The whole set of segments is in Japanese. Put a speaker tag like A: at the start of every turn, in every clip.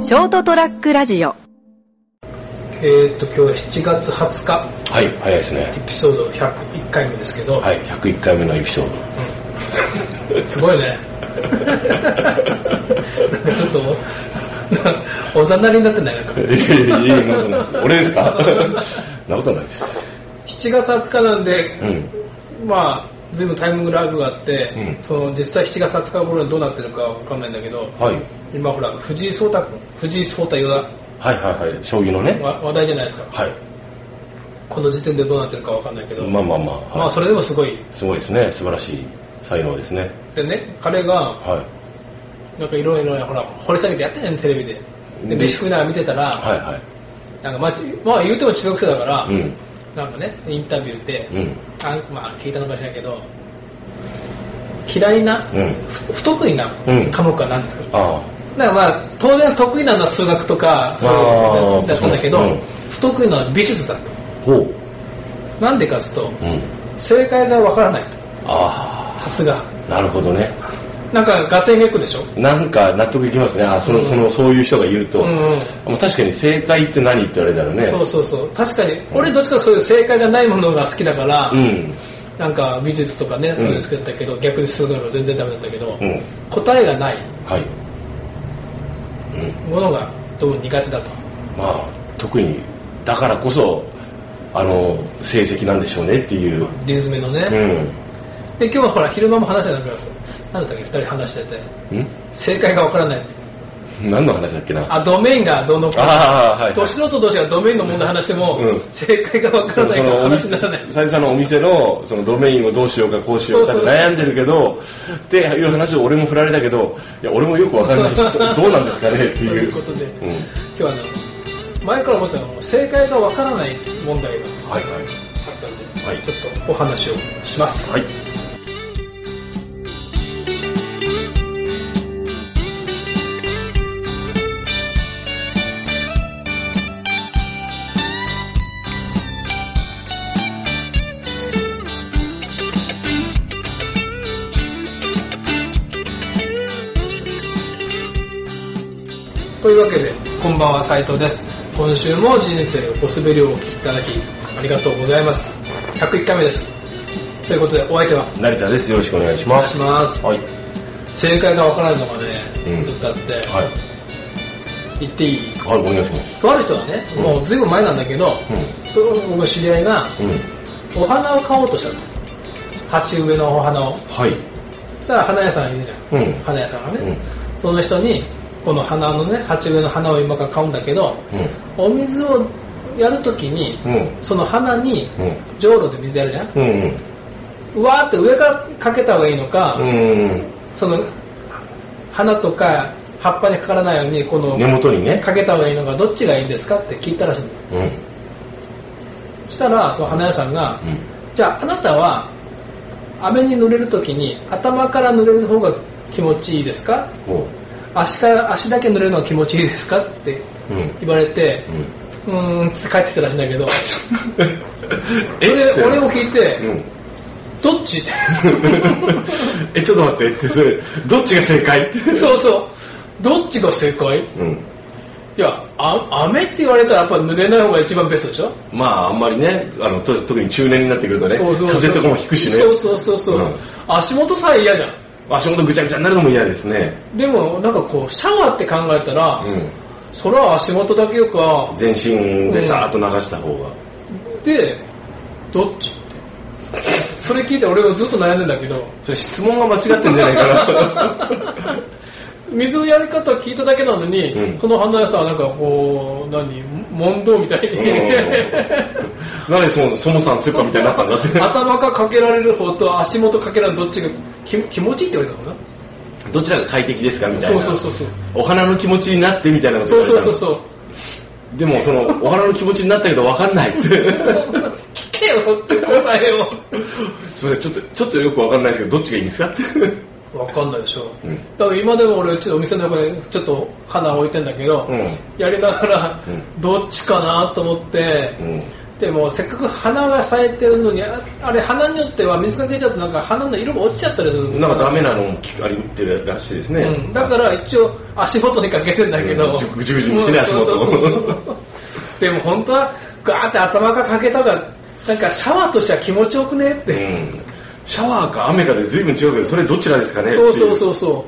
A: ショートトラックラジオ
B: えー、っと今日は7月20日
C: はい、早いですね。
B: エピソード101回目ですけど、
C: はい、101回目のエピソード。
B: すごい ねなんかちょっとおざなりになってないなんか
C: いえいえいえ、なんとないです。俺ですかなことないです。
B: 7月20日なんで、
C: うん。
B: まあ随分タイミングラグがあって、
C: うん
B: その実際7月20日頃にどうなってるかわかんないんだけど
C: はい。
B: 今ほら藤井聡太君藤井聡太四
C: はいはいはい。将棋の
B: 段
C: ね。
B: わ話題じゃないですか
C: はい。
B: この時点でどうなってるかわかんないけど、
C: まあまあまあ。
B: まあ
C: はい
B: それでもすごい
C: すごいですね。素晴らしい才能ですね。
B: でね彼が
C: は
B: なんかいろいろほら掘り下げてやってんじゃんテレビでで
C: で
B: 飯食いながら見てたら、
C: い。はいはい。
B: なんかまあ、まあ、言うても中学生だから、
C: うん。
B: なんかねインタビューで、
C: うん。
B: あまあ、聞いたのかしらんけど嫌いな、
C: うん。
B: ふ不得意な
C: うん
B: 科目は何ですか、
C: あ
B: だからまあ当然得意なのは数学とかそういう
C: あー
B: だったんだけど、
C: そううん
B: 不得意なのは美術だと
C: あ。ほう。
B: なんでかっつうと
C: うん。
B: 正解がわからないと
C: あ
B: さすが
C: あ。なるほどね。
B: なんか合点結構でしょ
C: なんか納得いきますね。あその、その、そういう人が言うと。
B: うんうん
C: まあ確かに正解って何って言われたらね。
B: そうそうそう確かに俺どっちかそういう正解がないものが好きだから、
C: うん。
B: なんか美術とかねそういうの好きだったけど、逆に数学は全然ダメだったけど、
C: うん。
B: 答えがない
C: はい。
B: ものがどうも苦手だと
C: まあ特にだからこそあの成績なんでしょうねっていう、
B: リズムのね、
C: う
B: で今日はほら昼間も話してたからさ何だったっけ2人話してて
C: ん、
B: 正解がわからない
C: ん何の話だっけな
B: あドメインがどうのこうの
C: あーはいはい
B: 年のと年がドメインの問題話しても、
C: うん
B: 正解がわからないから話にならない
C: 最初のお店のそのドメインをどうしようかこうしようかっ
B: そ
C: て
B: うそう
C: 悩んでるけどっていう話を俺も振られたけどいや俺もよくわか んないしどうなんですかねって
B: と
C: い
B: いう
C: う
B: ことで、
C: ん
B: 今日はあの前から思ってたの正解がわからない問題が
C: はいは
B: あったんで、
C: はい
B: ちょっとお話をします、
C: いはい
B: というわけでこんばんは斉藤です今週も人生お滑りをお聞きいただきありがとうございます101回目ですということでお相手は
C: 成田ですよろしくお願いし
B: お願
C: ま
B: いし
C: す
B: ます
C: はい
B: 正解がわからないのがね、
C: うん
B: ずっとあって、
C: はい
B: 言っていい
C: はいお願いします
B: とある人はね、もうずいぶん前なんだけど、僕の知り合いが
C: うん
B: お花を買おうとしたの鉢植えのお花を
C: はい
B: だから花屋さんいるじゃん、
C: うん
B: 花屋さんがね、
C: うん
B: その人にこの花のね鉢植えの花を今から買うんだけど、
C: う
B: お水をやるときに、
C: うん
B: その花に
C: うん
B: じょうろで水やるじゃん
C: うんうん
B: うわーって上からかけた方がいいのか、
C: うん
B: その花とか葉っぱにかからないようにこの
C: 根元にね
B: かけた方がいいのかどっちがいいんですかって聞いたらしいの
C: うんうん
B: そしたらその花屋さんが、じゃああなたは雨に濡れるときに頭から濡れる方が気持ちいいですか
C: こ
B: 足から足だけ濡れるのが気持ちいいですかって
C: ううん
B: 言われて
C: う、ん
B: うーんっつって帰ってきたらしいんだけどそ
C: え
B: れ
C: って
B: 俺も聞いて、
C: うん
B: どっちって
C: えちょっと待ってってそれどっちが正解って
B: そうそうどっちが正解
C: うん
B: いやあ雨って言われたらやっぱ濡れない方が一番ベストでしょ
C: まああんまりねあのと特に中年になってくるとね
B: そうそうそう
C: 風邪とかも引くしね
B: そうそうそうそう、
C: うん
B: 足元さえ嫌じゃん
C: 足元ぐちゃぐちゃになるのも嫌ですね
B: でもなんかこうシャワーって考えたら、
C: うん
B: それは足元だけよか
C: 全身でさーっと流した方が
B: でどっちってそれ聞いて俺はずっと悩んでんだけど
C: それ質問が間違ってんじゃないか
B: 水のやり方聞いただけなのに、
C: うん
B: この花屋さんはなんかこう何問答みたいに、
C: ななんでそもそもさんセッパみたいになったんだっ て
B: 頭がかけられる方と足元かけられるどっちがき気持ちいいって言われたのか
C: どちらが快適ですかみ
B: な
C: たい
B: そう
C: な
B: そうそうそう
C: お花の気持ちになってみたいなこと
B: そ
C: 言
B: う
C: わ
B: そ
C: れ
B: うそ
C: たの
B: うそう
C: でもそのお花の気持ちになったけど分かんないって
B: 聞けよって答えを
C: すみませんちょっとちょっとよく分かんないですけどどっちがいいんですかって
B: わかんないでしょ、だから今でも俺ちょっとお店の中にちょっと花を置いてんだけど、
C: うん
B: やりながらどっちかなと思って、
C: うん
B: でもせっかく花が咲いてるのにああれ花によっては水が出ちゃうとなんか花の色が落ちちゃったりする
C: なんかダメなのも聞かれてるらしいですね、
B: うん、だから一応足元にかけてんだけど、
C: うんぐじゅぐじゅにしてね
B: うん
C: 足元
B: そうそうそうそうでも本当はガーって頭からかけた方がなんかシャワーとしては気持ちよくねって、
C: うんシャワーか雨かで随分違うけどそれどちらですかね
B: そうそうそううそ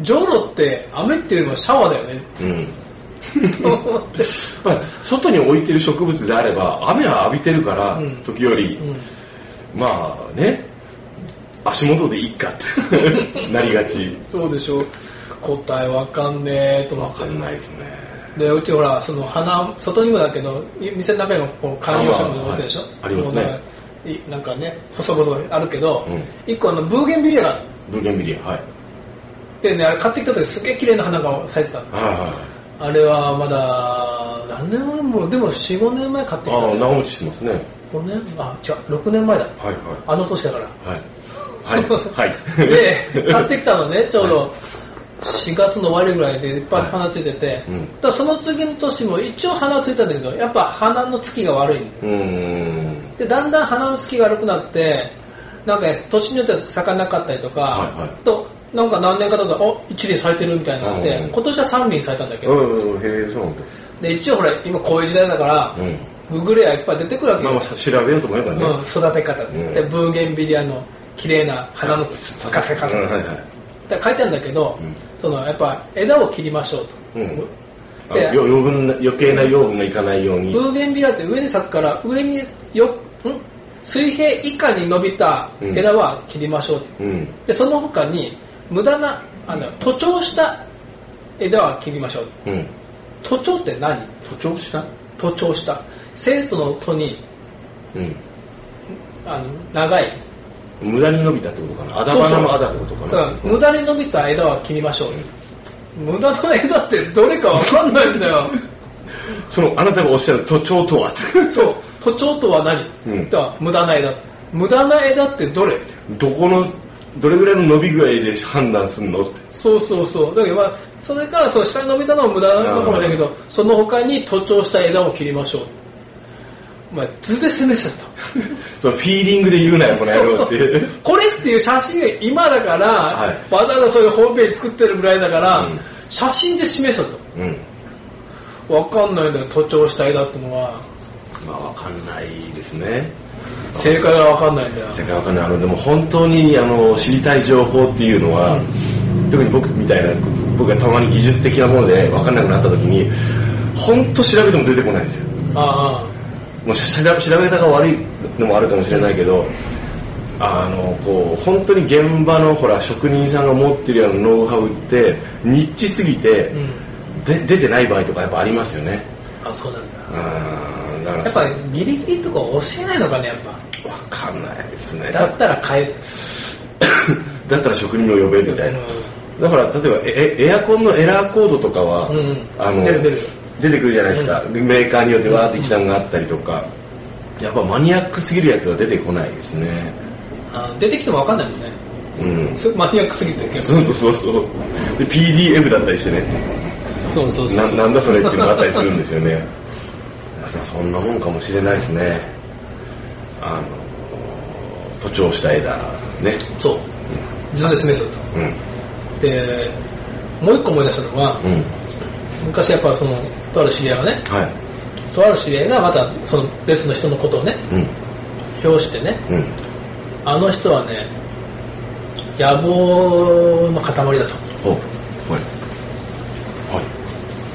B: うジョロって雨っていうのはシャワーだよね
C: う、うん まあ、外に置いてる植物であれば雨は浴びてるから、時折、まあね足元でいいかって なりがち
B: そうでしょ答えわかんねえと思
C: わ
B: っ
C: かんないですね
B: てでうちほらその花外にもだけどい店の中にもこう観葉植物持ってるでしょ
C: あまあはいありますね
B: もうなんかいなんかね細々あるけど、
C: うん
B: 一個あのブーゲンビリアがある
C: ブーゲンビリアはい
B: でねあれ買ってきた時すげえ綺麗な花が咲いてたの
C: はいはい
B: あれはまだ何年前もでも45年前買ってきた
C: ああ
B: の
C: 長持ちしてますね
B: 5年あ違う6年前だ
C: はい
B: あの年だ から
C: はいはいはい はい
B: で買ってきたのねちょうど4月の終わりぐらいでいっぱい花ついてて、
C: うん
B: だからその次の年も一応花ついたんだけどやっぱ花のつきが悪いの
C: うーん
B: でだんだん花のつきが悪くなってなんかね年によっては咲かなかったりとか、
C: はいはい
B: となんか何年か経ったらお一輪咲いてるみたいになって、
C: うん
B: 今年は3輪咲いたんだけ
C: う
B: ど、
C: んうんへえそうなんだ
B: で一応ほら今こういう時代だから、
C: うん
B: ググレやいっぱい出てくるわけ
C: まあ
B: よ、
C: まあ調べようと思えばね、
B: うん、育て方、
C: ん
B: でブーゲンビリアの綺麗な花の
C: さ
B: 咲かせ方
C: うんはいはい
B: だから書いてあるんだけど、
C: ん
B: そのやっぱ枝を切りましょうと、
C: うんあ
B: で
C: のよ余分な余計な養分がいかないように
B: ブーゲンビラって上に咲くから上によん水平以下に伸びた枝は切りましょうと、
C: うん
B: でその他に無駄なあの徒長した枝は切りましょう
C: うん
B: 徒長って何
C: 徒長した
B: 徒長した生徒の徒に
C: うん
B: あの長い
C: 無駄に伸びたってことかなあだ花のあだってことか
B: だから
C: な
B: 無駄に伸びた枝は切りましょう、無駄な枝ってどれかわかんないんだ よ
C: そのあなたがおっしゃる徒長とはって
B: そう徒長とは何、
C: うん
B: だから無駄な枝無駄な枝ってどれ
C: どこのどれぐらいの伸び具合で判断すんのって
B: そうそうそうだけどまあそれからその下に伸びたのは無駄なのかもしれないけどその他に徒長した枝を切りましょうお前図で示しちゃった
C: そのフィーリングで言うなよこの野郎って
B: そうそうこれっていう写真が今だから、
C: はい
B: わざわざそういうホームページ作ってるぐらいだから、
C: うん
B: 写真で示しちゃっ
C: うん
B: たわかんないんだよ徒長した枝ってのは
C: まあわかんないですね
B: 正解がわかんないんだよ
C: 世界わかんないあのでも本当にあの知りたい情報っていうのは、特に僕みたいな僕がたまに技術的なもので分かんなくなった時に本当調べても出てこないんですよ
B: あ
C: もう調べ調べ方が悪いのもあるかもしれないけどあのこう本当に現場のほら職人さんが持ってるようなノウハウってニッチすぎて、で出てない場合とかやっぱありますよね
B: あああそうなんだ
C: うんだから
B: やっぱギリギリとか教えないのかねやっ
C: 分かんないですね
B: ぱだったら変える
C: だったら職人を呼べみたいな、だから例えばええエアコンのエラーコードとかは、
B: うんうん
C: あの
B: 出る出る
C: 出てくるじゃないですか、メーカーによってわーって一覧があったりとか、やっぱマニアックすぎるやつは出てこないですね
B: あ出てきてもわかんないもんね
C: うん
B: すマニアックすぎてるけど
C: そうそうそうそうで PDF だったりしてね
B: そうそう
C: ななんだそれっていうのがあったりするんですよね まあそんなもんかもしれないですねあの徒長した枝ね
B: そう図で示すと
C: うん
B: でもう一個思い出したのは、
C: うん
B: 昔やっぱそのとある知り合いがね
C: はい
B: とある知り合いがまたその別の人のことをね
C: うん
B: 表してね
C: うん
B: あの人はね野望の塊だと
C: ほうはいは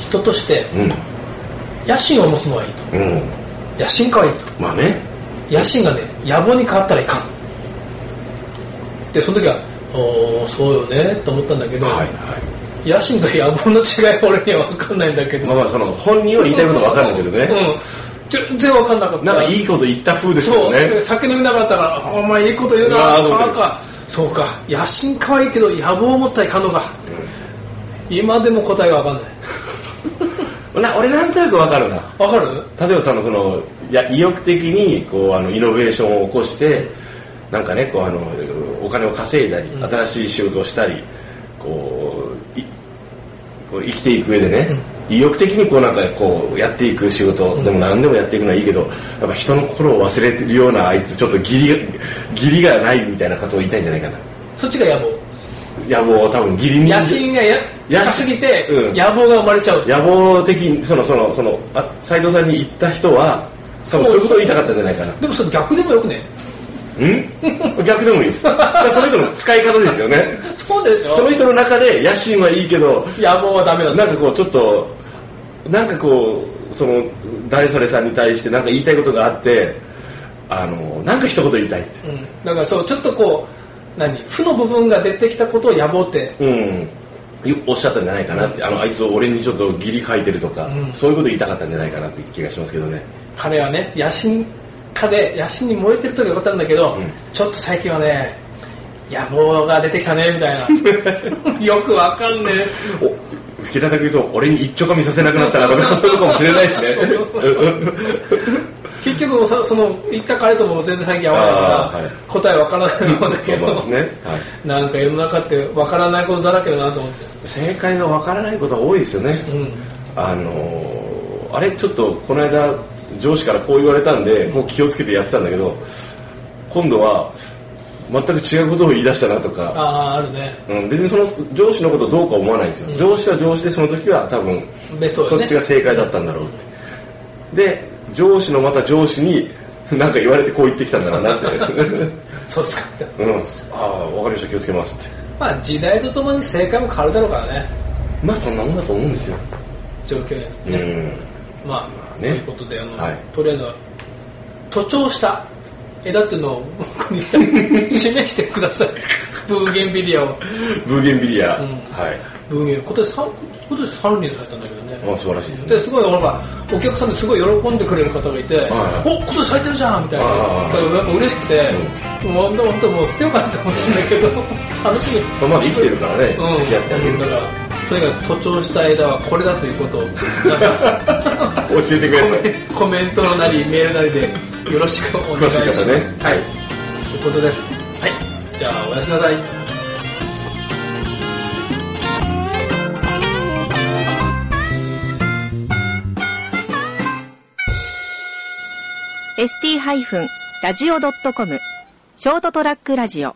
B: 人として
C: いうん
B: 野心を持つのはいいと
C: うん、
B: 野心家はいいと
C: まあね、
B: 野心がね野望に変わったらいかんでその時はおーそうよねと思ったんだけど、
C: はいは
B: 野心と野望の違いは俺には分かんないんだけ
C: い、
B: ど、
C: まあまあその本人は言いたいことは分かるんですけどね、
B: うん、全然分かんなかった
C: なんかいいこと言った風です
B: そ
C: よ
B: う、
C: ね、
B: 酒飲みながらだからあ「お前いいこと言う
C: う
B: な
C: わ」ー
B: そう
C: そうだよ
B: かそうか野心可愛いけど野望を持ったいかんのか、今でも答えが分かんない
C: な俺なんとなく分かるな、
B: 分かる
C: 例えばそのそのいや意欲的にこうあのイノベーションを起こして、なんかねこうあのお金を稼いだり、新しい仕事をしたり、こういこう生きていく上でね、意欲的にこうなんかこうやっていく仕事でも何でもやっていくのはいいけど、やっぱ人の心を忘れてるようなあいつちょっと義理が義理がないみたいなことを言いたいんじゃないかな
B: そっちが野望
C: いやもう多分義理に
B: 野心がや
C: 野心
B: 高すぎて、
C: うん
B: 野望が生まれちゃう
C: 野望的にそのそのそのあ斉藤さんに言った人は多分そういうことを言いたかったんじゃないかな
B: でもそれ逆でもよくね
C: うん逆でもいい ですだからその人の使い方ですよね
B: そうでしょ
C: その人の中で野心はいいけど
B: 野望はダメだ
C: なんかこうちょっとなんかこうその誰それさんに対してなんか言いたいことがあってあのなんか一言言いたいって
B: うん、だからそうちょっとこう何負の部分が出てきたことを野望って
C: うんおっしゃったんじゃないかなって、あのあいつを俺にちょっと義理書いてるとか、
B: うん
C: そういうこと言いたかったんじゃないかなって気がしますけどね
B: 彼はね野心家で野心に燃えてる時はよかったんだけど、
C: うん
B: ちょっと最近はね野望が出てきたねみたいな よくわかんねえ
C: お平たく言うと俺に一丁かみさせなくなったらとかそういうのかもしれないしね
B: そうそうそう結局もうそその言った彼とも全然最近合わない
C: あ
B: か
C: ー
B: ら、
C: はい
B: 答えわからないもんだけど、
C: まあまあねはい
B: なんか世の中ってわからないことだらけだなと思って、
C: 正解がわからないことが多いですよね、
B: うん、
C: あのーあれちょっとこの間上司からこう言われたんでもう気をつけてやってたんだけど今度は全く違うことを言い出したなとか
B: ああーあるね
C: うん、別にその上司のことどうか思わないんですよ、上司は上司でその時は多分
B: ベストだ
C: そ
B: よ
C: っ
B: ね
C: ちが正解だったんだろうってで上司のまた上司に 何か言われてこう言ってきたんだろうな って、
B: そうっすか
C: うん、ああ分かりました気をつけますって
B: まあ時代とともに正解も変わるだろうからね
C: まあそんなもんだと思うんですよ、
B: 状況によって
C: う
B: ね、
C: ん
B: まあ、
C: ね
B: ということであの、
C: はい
B: とりあえずは徒長した枝っていうのを 僕に示してくださいブーゲンビディアを
C: ブーゲンビリア、
B: うん
C: はい
B: ブーゲン今年三今年三輪されたんだけどね、
C: まあ素晴らしいです
B: で
C: ね
B: すごいなんかお客さんですごい喜んでくれる方がいて、
C: はい
B: お今年咲いてるじゃんみたいな、
C: あー
B: だからやっぱ嬉しくて、もう本当本当もう捨てようかなって思ってんだけど 楽しみ
C: まあまだ生きてるからね、
B: うん、
C: 付き合ってあげる
B: だからとにかく徒長した枝はこれだということを皆さん
C: 教えてく
B: コ
C: れ
B: メコメ
C: て
B: ントなりメールなりでよろしくお願
C: 詳
B: い
C: し
B: し
C: い
B: ま
C: 方
B: す
C: ね
B: はいということですはいじゃあおやすみなさい
A: ST-radio.com ショートトラックラジオ